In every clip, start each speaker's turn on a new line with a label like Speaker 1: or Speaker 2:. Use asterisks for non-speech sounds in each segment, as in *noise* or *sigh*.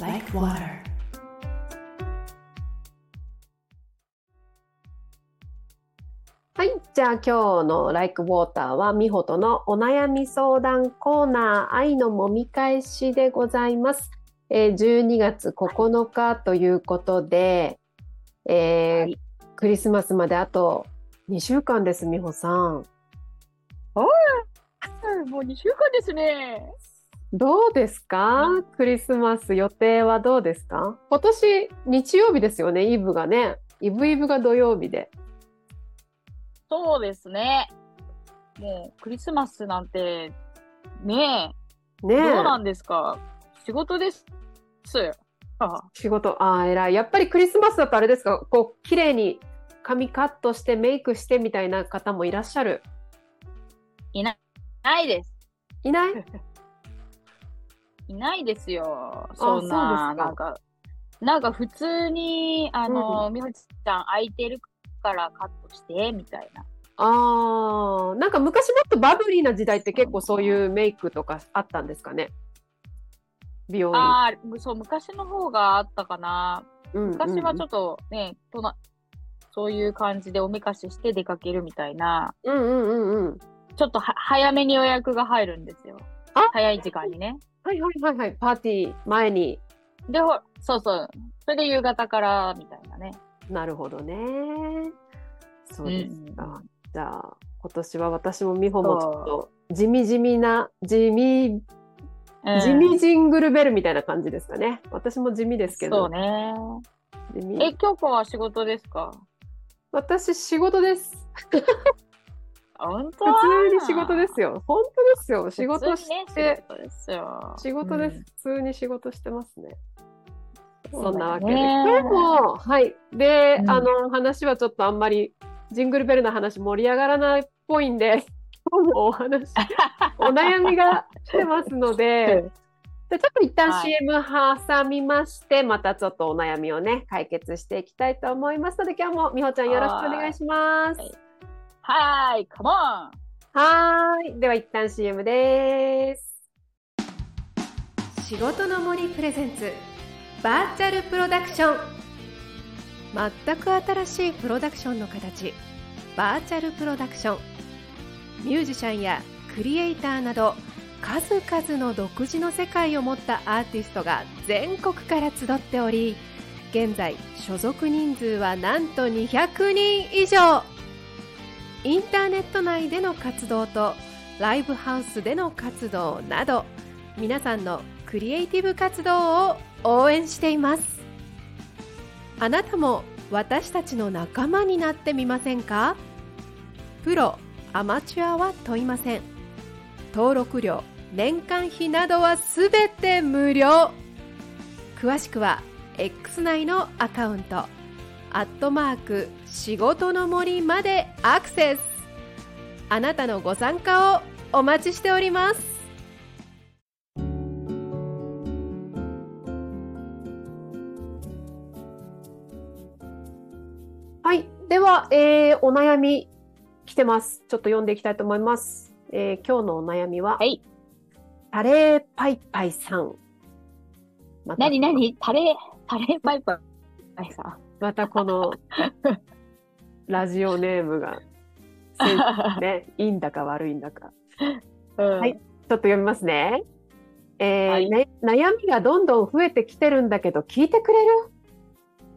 Speaker 1: like water.
Speaker 2: はい。じゃあ今日の Like Water は、みほとのお悩み相談コーナー、愛のもみ返しでございます。えー、12月9日ということで、えー
Speaker 3: はい
Speaker 2: クリスマスまであと2週間です、みほさん。
Speaker 3: もう2週間ですね。
Speaker 2: どうですかクリスマス予定はどうですか今年日曜日ですよね、イブがね。イブイブが土曜日で。
Speaker 3: そうですね。もうクリスマスなんて、ね
Speaker 2: ね
Speaker 3: え、
Speaker 2: え
Speaker 3: どうなんですか。仕事です。あ
Speaker 2: 仕事、ああ、偉い。やっぱりクリスマスだとあれですか、こう、綺麗に髪カットしてメイクしてみたいな方もいらっしゃる。
Speaker 3: いない、ないです。
Speaker 2: いない
Speaker 3: いないですよ。そん
Speaker 2: そう
Speaker 3: な、
Speaker 2: ですか
Speaker 3: なんか、なんか普通に、あの、みほちゃん空いてるからカットして、みたいな。
Speaker 2: ああ、なんか昔もっとバブリーな時代って結構そういうメイクとかあったんですかね。美容院。
Speaker 3: ああ、そう、昔の方があったかな。昔はちょ
Speaker 2: っ
Speaker 3: っとね、となそういう感じでおめかしして出かけるみたいな、
Speaker 2: と。うんうんうんうん。
Speaker 3: ちょっとは早めに予約が入るんですよ
Speaker 2: あ。
Speaker 3: 早い時間にね。
Speaker 2: はいはいはいはい。パーティー前に。
Speaker 3: で、ほそうそう。それで夕方からみたいなね。
Speaker 2: なるほどね。そうですか。
Speaker 3: うんうん
Speaker 2: じゃあ、今年は私も美穂もちょっと地味地味な、地味
Speaker 3: うん
Speaker 2: 地味ジングルベルみたいな感じですかね。私も地味ですけ
Speaker 3: そ
Speaker 2: ど。
Speaker 3: うね。
Speaker 2: 地
Speaker 3: え、
Speaker 2: 味
Speaker 3: 京子は仕事ですか
Speaker 2: 私仕事です。
Speaker 3: あ本当
Speaker 2: 普通に仕事ですよ。本当ですよ。仕事し
Speaker 3: 普通にね
Speaker 2: て、
Speaker 3: 仕事ですよ。
Speaker 2: 仕事です、
Speaker 3: うん
Speaker 2: 普通に仕事してますね。
Speaker 3: そう
Speaker 2: そんな
Speaker 3: だ
Speaker 2: わ
Speaker 3: ね
Speaker 2: けで。今日も、はい。で、
Speaker 3: うん
Speaker 2: あの、話はちょっとあんまり、ジングルベルの話盛り上がらないっぽいんで、今日もお話、お悩みが来てますの
Speaker 3: *laughs*
Speaker 2: で、でちょっと一旦
Speaker 3: はい
Speaker 2: CM 挟みまして、またちょっとお悩みをね、解決していきたいと思いますので、今日もみほちゃんよろしくお願いします。
Speaker 3: はいはーい、カモン
Speaker 2: はーい。では一旦 CM です。仕事の森プレゼンツバーチャルプロダクション全く新しいプロダクションの形バーチャルプロダクションミュージシャンやクリエイターなど数々の独自の世界を持ったアーティストが全国から集っており現在所属人数はなんと200人以上インターネット内での活動とライブハウスでの活動など皆さんのクリエイティブ活動を応援していますあなたも私たちの仲間になってみませんかプロアマチュアは問いません登録料年間費などはすべて無料詳しくは X 内のアカウントアットマーク仕事の森までアクセスあなたのご参加をお待ちしておりますはいでは、えーお悩み来てますちょっと読んでいきたいと思います、えー今日のお悩みは、
Speaker 3: はい
Speaker 2: タレーパイパイさんまた
Speaker 3: なになにタレ、タレパイパイさん。
Speaker 2: またこのラジオネームが、ね、いいんだか悪いんだか。
Speaker 3: うん
Speaker 2: はいちょっと読みますね。えー
Speaker 3: はい
Speaker 2: ね悩みがどんどん増えてきてるんだけど聞いてくれる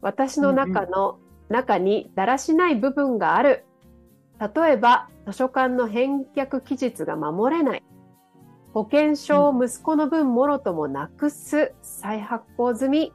Speaker 2: 私の中の、中にだらしない部分がある例えば図書館の返却期日が守れない保険証を息子の分もろともなくす再発行済み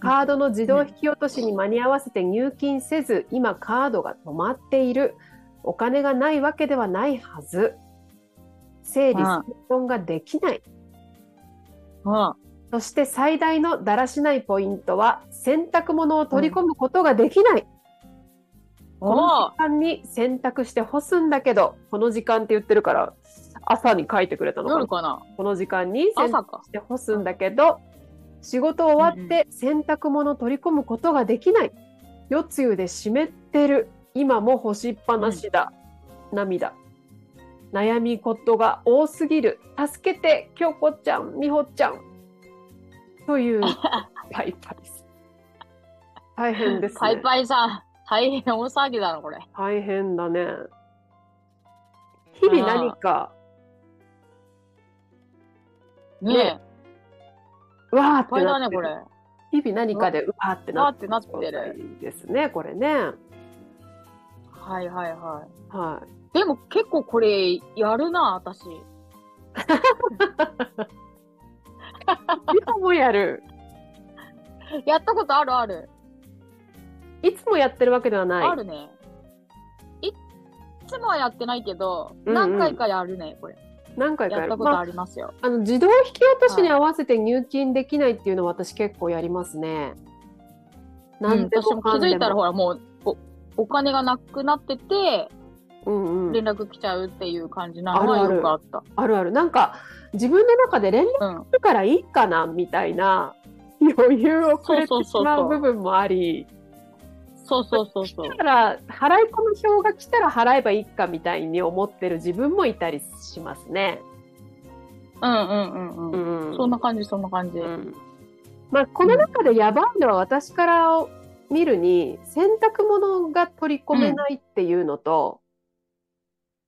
Speaker 2: カードの自動引き落としに間に合わせて入金せず今カードが止まっているお金がないわけではないはず整理
Speaker 3: うん
Speaker 2: 整頓ができない
Speaker 3: うん
Speaker 2: そして最大のだらしないポイントは洗濯物を取り込むことができない、この
Speaker 3: お
Speaker 2: 時間に洗濯して干すんだけどこの時間って言ってるから朝に書いてくれた
Speaker 3: お
Speaker 2: のか
Speaker 3: 夜
Speaker 2: な
Speaker 3: かな
Speaker 2: この時間に洗濯
Speaker 3: 朝か。
Speaker 2: して干すんだけど仕事終わって洗濯物を取り込むことができない夜露で湿ってる今も干しっぱなしだ、涙悩み事が多すぎる助けて京子ちゃん美穂ちゃんと
Speaker 3: *laughs*
Speaker 2: いうパイパイさん。大変です、ね。
Speaker 3: パイパイさん、大変大騒ぎだな、これ。
Speaker 2: 大変だね。日々何か、
Speaker 3: ね
Speaker 2: うわーっ
Speaker 3: え、パイ
Speaker 2: て
Speaker 3: だ
Speaker 2: なっ
Speaker 3: ね、
Speaker 2: て
Speaker 3: こ
Speaker 2: る
Speaker 3: れ。
Speaker 2: 日々何かでうわーってな
Speaker 3: な
Speaker 2: っ
Speaker 3: ってなって
Speaker 2: て
Speaker 3: る。
Speaker 2: るですね、これね。
Speaker 3: はいはいは。
Speaker 2: はい
Speaker 3: でも結構これ、やるな、私。
Speaker 2: い。いつもやる。
Speaker 3: やったことあるある。
Speaker 2: いつもやってるわけではない。
Speaker 3: あるね。いっつもはやってないけど、
Speaker 2: うんうん
Speaker 3: 何回かやるね、これ。
Speaker 2: 何回か
Speaker 3: や
Speaker 2: や
Speaker 3: っ
Speaker 2: る。
Speaker 3: たこと
Speaker 2: ま
Speaker 3: あ
Speaker 2: あ、
Speaker 3: りますよ。
Speaker 2: あの自動引き落としに合わせて入金できないっていうのは私結構やりますね。
Speaker 3: うん、
Speaker 2: 何で
Speaker 3: 私も
Speaker 2: も
Speaker 3: 気
Speaker 2: かんでも。
Speaker 3: づいたらほらもうおお金がなくなってて
Speaker 2: うんうん
Speaker 3: 連。絡来ちゃうっていう感じなのは
Speaker 2: あるある
Speaker 3: よくあった。
Speaker 2: あるある。なんか自分の中で連絡
Speaker 3: うん、
Speaker 2: だからいいかなみたいな余裕をくれ
Speaker 3: そう
Speaker 2: て
Speaker 3: そ
Speaker 2: し
Speaker 3: うそうそう
Speaker 2: まう部分もあり
Speaker 3: そうそうそうそう。
Speaker 2: だから払い込み表が来たら払えばいいかみたいに思ってる自分もいたりしますね。
Speaker 3: うんうんうん
Speaker 2: う
Speaker 3: うん。
Speaker 2: ん
Speaker 3: そんな感じそんな感じ。
Speaker 2: うんまあ、この中でやばいのは私から見るに洗濯物が取り込めないっていうのと、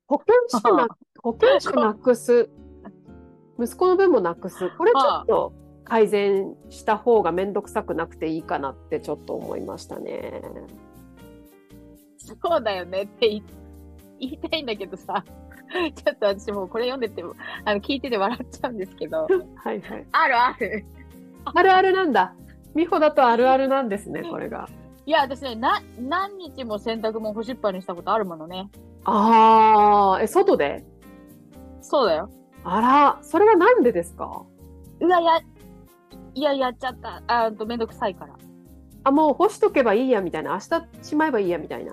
Speaker 2: 保険証な保険証なくす息子の分もなくすこれちょっと改善した方が面倒くさくなくていいかなってちょっと思いましたね。
Speaker 3: そうだよねって言い言いたいんだけどさ、 *laughs* ちょっと私もうこれ読んでてもあの聞いてて笑っちゃうんです
Speaker 2: *laughs*
Speaker 3: けど。
Speaker 2: はいはい、
Speaker 3: あるある。
Speaker 2: あるあるなんだ美穂だとあるあるなんですねこれが。
Speaker 3: いや私ねな何日も洗濯物干しっぱにしたことあるものね。
Speaker 2: あーえ外で
Speaker 3: そうだよ。
Speaker 2: あらそれはなんでですか
Speaker 3: うわやいややっちゃった。あーうんとめんどくさいから。
Speaker 2: あもう干しとけばいいやみたいな明日しまえばいいやみたいな。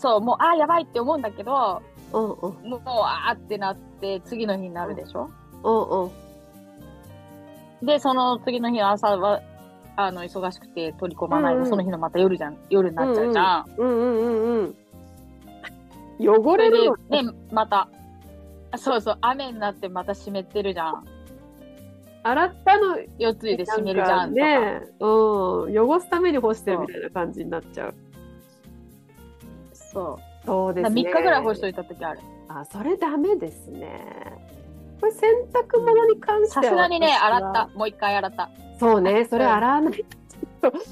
Speaker 3: そう、もう、あーやばいって思うんだけど、
Speaker 2: うんうん
Speaker 3: もう、あーってなって、次の日になるでしょ、
Speaker 2: うんうん
Speaker 3: で、その次の日の朝は、あの、忙しくて取り込まない、
Speaker 2: うんうん
Speaker 3: その日のまた夜じゃん、夜になっちゃうじゃん。
Speaker 2: うんうんうんうん。汚
Speaker 3: そ
Speaker 2: れ
Speaker 3: れ
Speaker 2: るの
Speaker 3: で、ね、また、あそうそう、雨になってまた湿ってるじゃん。
Speaker 2: 洗ったの
Speaker 3: 夜ついで湿るじゃんとか。
Speaker 2: ねうん汚すために干してるみたいな感じになっちゃう。
Speaker 3: そう。
Speaker 2: そうで
Speaker 3: だ
Speaker 2: す
Speaker 3: 3
Speaker 2: ね。
Speaker 3: 日ぐらい干しといた時ある。
Speaker 2: あそれダメですね。これ洗濯物に関して
Speaker 3: さ
Speaker 2: は
Speaker 3: すがにね、
Speaker 2: 私は
Speaker 3: 洗った。もう一回洗った。
Speaker 2: そうねそれ洗わないとちょっとちょ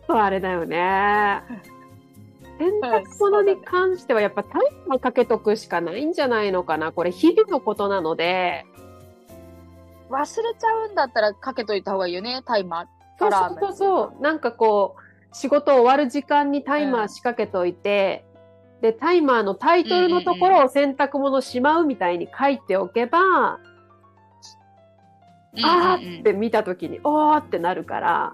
Speaker 2: っとあれだよね。洗濯物に関してはやっぱタイマーかけとくしかないんじゃないのかなこれ日々のことなので
Speaker 3: 忘れちゃうんだったらかけといた方がいいよね、タイマー。
Speaker 2: そう
Speaker 3: カラ
Speaker 2: そ
Speaker 3: ー
Speaker 2: う
Speaker 3: の
Speaker 2: そ
Speaker 3: や
Speaker 2: う
Speaker 3: つ
Speaker 2: そうなんかこう仕事終わる時間にタイマー仕掛けといて、でタイマーのタイトルのところを洗濯物しまうみたいに書いておけば、あーって見た時におーってなるから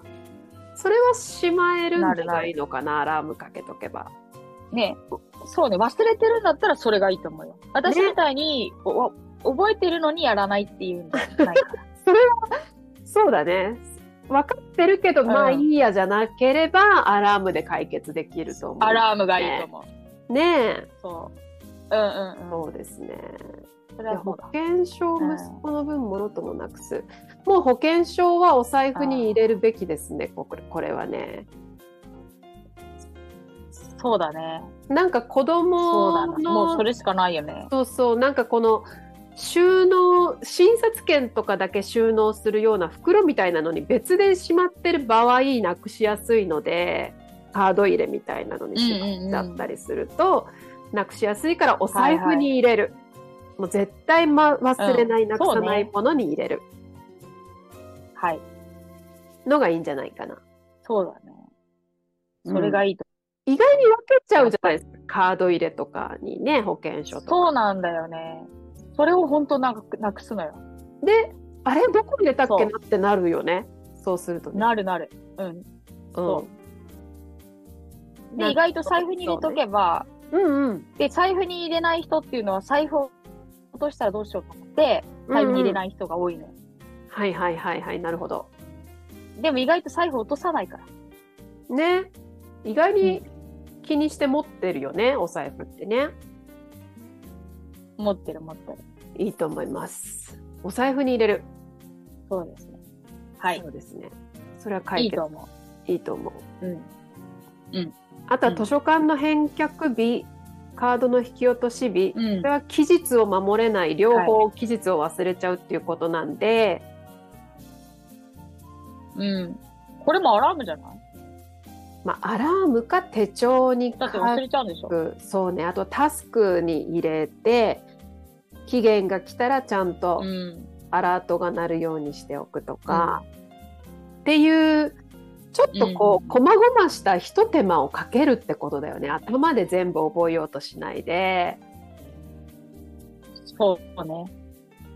Speaker 2: それはしまえるんじゃないのかなアラームかけとけば。
Speaker 3: ね、そうね、忘れてるんだったらそれがいいと思うよ。私みたいに、おお覚えてるのにやらないっていうんじゃ *laughs* ないから。
Speaker 2: それはそうだね分かってるけど、まあ
Speaker 3: うん
Speaker 2: いいやじゃなければアラームで解決できると思う。
Speaker 3: アラームがいいと思う。
Speaker 2: ねえ
Speaker 3: そう。うんうんうん。
Speaker 2: そうですね。
Speaker 3: そ
Speaker 2: い
Speaker 3: れ
Speaker 2: や
Speaker 3: はそ
Speaker 2: 保
Speaker 3: うだ。
Speaker 2: 険証
Speaker 3: うん
Speaker 2: 息子の分もろともなくす、もう保険証はお財布に入れるべきですねこれこれはね
Speaker 3: そうだね。
Speaker 2: なんか子
Speaker 3: そう
Speaker 2: 供
Speaker 3: だ
Speaker 2: の
Speaker 3: な。もうそれしかないよね。
Speaker 2: そうそうなんかこの収納診察券とかだけ収納するような袋みたいなのに別でしまってる場合なくしやすいのでカード入れみたいなのにしまっちゃったりすると、なくしやすいからお財布に入れる、もう絶対、ま、忘れない、なく
Speaker 3: そ
Speaker 2: さ
Speaker 3: うね
Speaker 2: ないものに入れる
Speaker 3: はい。
Speaker 2: のがいいんじゃないかな。
Speaker 3: そうだね。それがいいと
Speaker 2: 意外に分けちゃうじゃないですかカード入れとかにね保険証
Speaker 3: 思う。
Speaker 2: とか
Speaker 3: そうなんだよね。それを本当なくなくすのよ。
Speaker 2: であれどこに入れたっ
Speaker 3: そ
Speaker 2: け
Speaker 3: う
Speaker 2: なってなるよねそうするとね
Speaker 3: なるなる。うん。そ
Speaker 2: うん
Speaker 3: う。で、意外と財布に入れとけば、
Speaker 2: うんうん
Speaker 3: で、財布に入れない人っていうのは財布を落としたらどうしようと思って、財布に入れ
Speaker 2: い、
Speaker 3: ない人が多いのよ。
Speaker 2: うんうんはいはいはいはいなるほど
Speaker 3: でも意外と財布落とさないから。
Speaker 2: ね意外に気にして持ってるよねお財布ってね
Speaker 3: 持ってる持ってる。
Speaker 2: いいと思いますお財布に入れる
Speaker 3: そうですね。はい。
Speaker 2: そうですね。それは解
Speaker 3: いい
Speaker 2: 決
Speaker 3: と思
Speaker 2: いいと思う。
Speaker 3: う。うん。
Speaker 2: あとは
Speaker 3: うん
Speaker 2: 図書館の返却日、カードの引き落とし日、
Speaker 3: うん
Speaker 2: それは期日を守れない、両方期日を忘れちゃうっていうことなんで、
Speaker 3: うん。これもアラームじゃない
Speaker 2: まあ、アラームか手帳に
Speaker 3: だ
Speaker 2: 書
Speaker 3: って忘れちゃうんでしょ
Speaker 2: く、そうね、あとタスクに入れて、期限が来たらちゃんと
Speaker 3: うん。
Speaker 2: アラートが鳴るようにしておくとか、っていう、ちょっとこう、
Speaker 3: うん
Speaker 2: こまごましたひと手間をかけるってことだよね。頭で全部覚えようとしないで。
Speaker 3: そうね。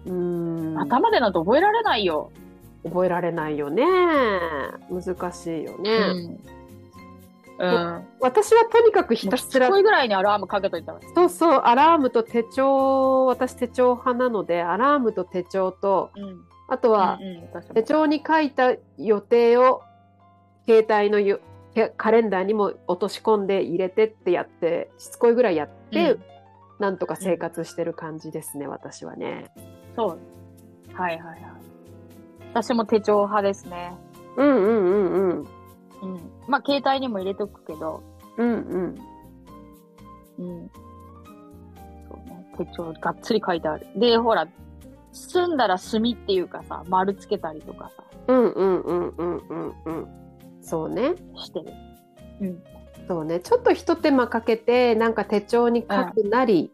Speaker 2: うーん。
Speaker 3: 頭でなんて覚えられないよ。
Speaker 2: 覚えられないよね難しいよね、
Speaker 3: うん。うん。
Speaker 2: 私はとにかくひたすら
Speaker 3: こいぐらいにアラームかけといたら。
Speaker 2: そうそうアラームと手帳私手帳派なのでアラームと手帳と
Speaker 3: うん。
Speaker 2: あとは
Speaker 3: うんうん、私も
Speaker 2: 手帳に書いた予定を携帯のよけカレンダーにも落とし込んで入れてってやってしつこいぐらいやって、
Speaker 3: うん
Speaker 2: なんとか生活してる感じですね私はね
Speaker 3: そう。はいはいはい。私も手帳派ですね。
Speaker 2: うんうんうんうん
Speaker 3: うん。まあ、携帯にも入れとくけど、
Speaker 2: うんうん
Speaker 3: うん。そうね。手帳がっつり書いてある。で、ほら、住んだら墨っていうかさ、丸つけたりとかさ、
Speaker 2: うんうんうんうんうんうんそうね
Speaker 3: してる。
Speaker 2: そうね、ちょっとひと手間かけてなんか手帳に書くなり、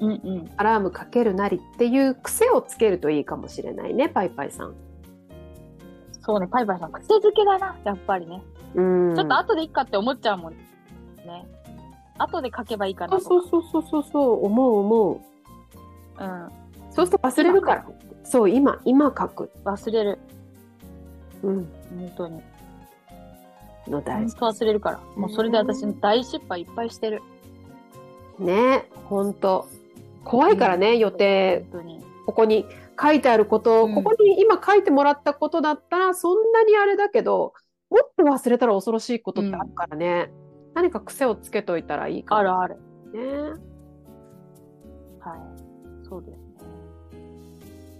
Speaker 3: うんうん。
Speaker 2: アラームかけるなりっていう癖をつけるといいかもしれないねパイパイさん。
Speaker 3: そうね、パイパイさん、癖づけだな、やっぱりね。
Speaker 2: うん
Speaker 3: ちょっと後でいっかって思っちゃうもんね。後で書けばいいかな
Speaker 2: そう
Speaker 3: とか。
Speaker 2: そうそうそうそうそう思う思う
Speaker 3: うん。
Speaker 2: そうすると忘れるからそう今今書く、
Speaker 3: 忘れる。
Speaker 2: うん、
Speaker 3: 本当に。
Speaker 2: の大
Speaker 3: 本
Speaker 2: 事
Speaker 3: 当忘れるから。もうそれで私、大失敗いっぱいしてる。
Speaker 2: ね本当怖いからね、予定
Speaker 3: 本当に。
Speaker 2: ここに書いてあること、
Speaker 3: うん
Speaker 2: ここに今書いてもらったことだったらそんなにあれだけどもっと忘れたら恐ろしいことってあるからね、何か癖をつけといたらいいか
Speaker 3: あ
Speaker 2: も
Speaker 3: るある。
Speaker 2: ね。
Speaker 3: はい。そうですね。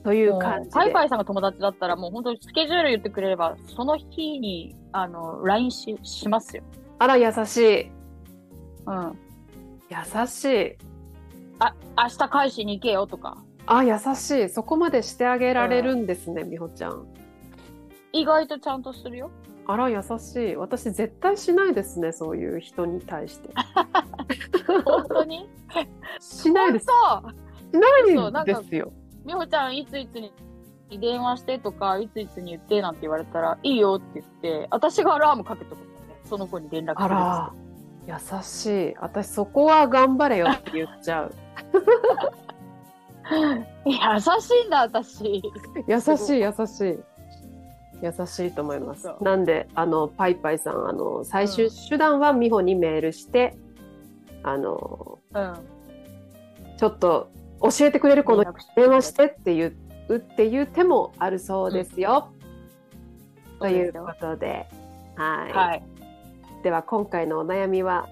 Speaker 2: という感じで。
Speaker 3: パイパイさんが友達だったら、もう本当にスケジュール言ってくれれば、その日に、あの、LINE ししますよ。
Speaker 2: あら、優しい。
Speaker 3: うん。
Speaker 2: 優しい。
Speaker 3: あ、明日返しに行けよとか。
Speaker 2: あ、優しい。そこまでしてあげられるんですね、みほちゃん。
Speaker 3: 意外とちゃんとするよ。
Speaker 2: *laughs* あら、優しい。私、絶対しないですね、そういう人に対して。
Speaker 3: 本当に
Speaker 2: しないです。
Speaker 3: 本
Speaker 2: しない
Speaker 3: そうなん
Speaker 2: んで
Speaker 3: か
Speaker 2: すよ。
Speaker 3: 当美穂ちゃん、いついつに電話してとか、いついつに言ってなんて言われたら、いいよって言って、私がアラームかけとくんだね。その子に連絡する
Speaker 2: あら、優しい。私、そこは頑張れよって言っちゃう。
Speaker 3: ら。優しいんだ、私。
Speaker 2: *laughs* 優
Speaker 3: す
Speaker 2: しい、優しい。優しいと思います
Speaker 3: そう。
Speaker 2: なんで、あの、パイパイさん、あの、最終手段はみほにメールして、あの、
Speaker 3: うん。
Speaker 2: ちょっと教えてくれる *laughs* この
Speaker 3: 連絡して
Speaker 2: 電話してっていうっていう手もあるそうですよ。と
Speaker 3: そう
Speaker 2: い
Speaker 3: で
Speaker 2: う
Speaker 3: すよ
Speaker 2: ことで、はい、
Speaker 3: はい。
Speaker 2: では今回のお悩みは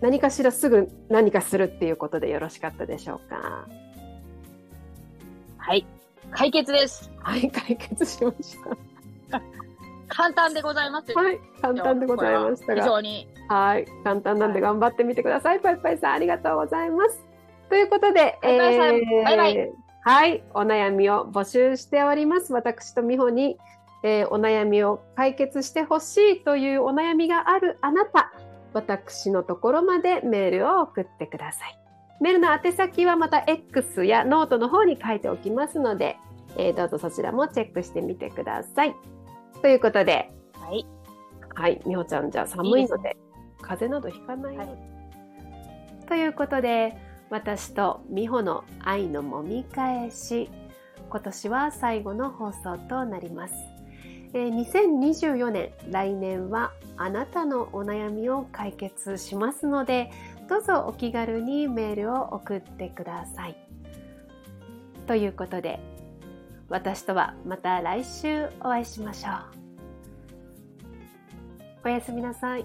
Speaker 2: 何かしらすぐ何かするっていうことでよろしかったでしょうか。
Speaker 3: はい。解決です。
Speaker 2: はい、解決しました。
Speaker 3: 簡単でございますよ。
Speaker 2: はい、簡単でございました
Speaker 3: 非
Speaker 2: が、
Speaker 3: 常に。
Speaker 2: はい、簡単なんで頑張ってみてください。パイパイさん、ありがとうございます。ということで、
Speaker 3: パイパイさんバイバイ
Speaker 2: はい、お悩みを募集しております。私と美穂に、えーお悩みを解決してほしいというお悩みがあるあなた、私のところまでメールを送ってください。メールの宛先はまた X やノートの方に書いておきますので、えーどうぞそちらもチェックしてみてください。ということで、
Speaker 3: はい。
Speaker 2: はい、みほちゃん、じゃあ寒いので、風邪などひかないように、ということで、私とみほの愛のもみ返し、今年は最後の放送となります。えー2024年、来年はあなたのお悩みを解決しますので、どうぞお気軽にメールを送ってください。ということで、私とはまた来週お会いしましょう。おやすみなさい。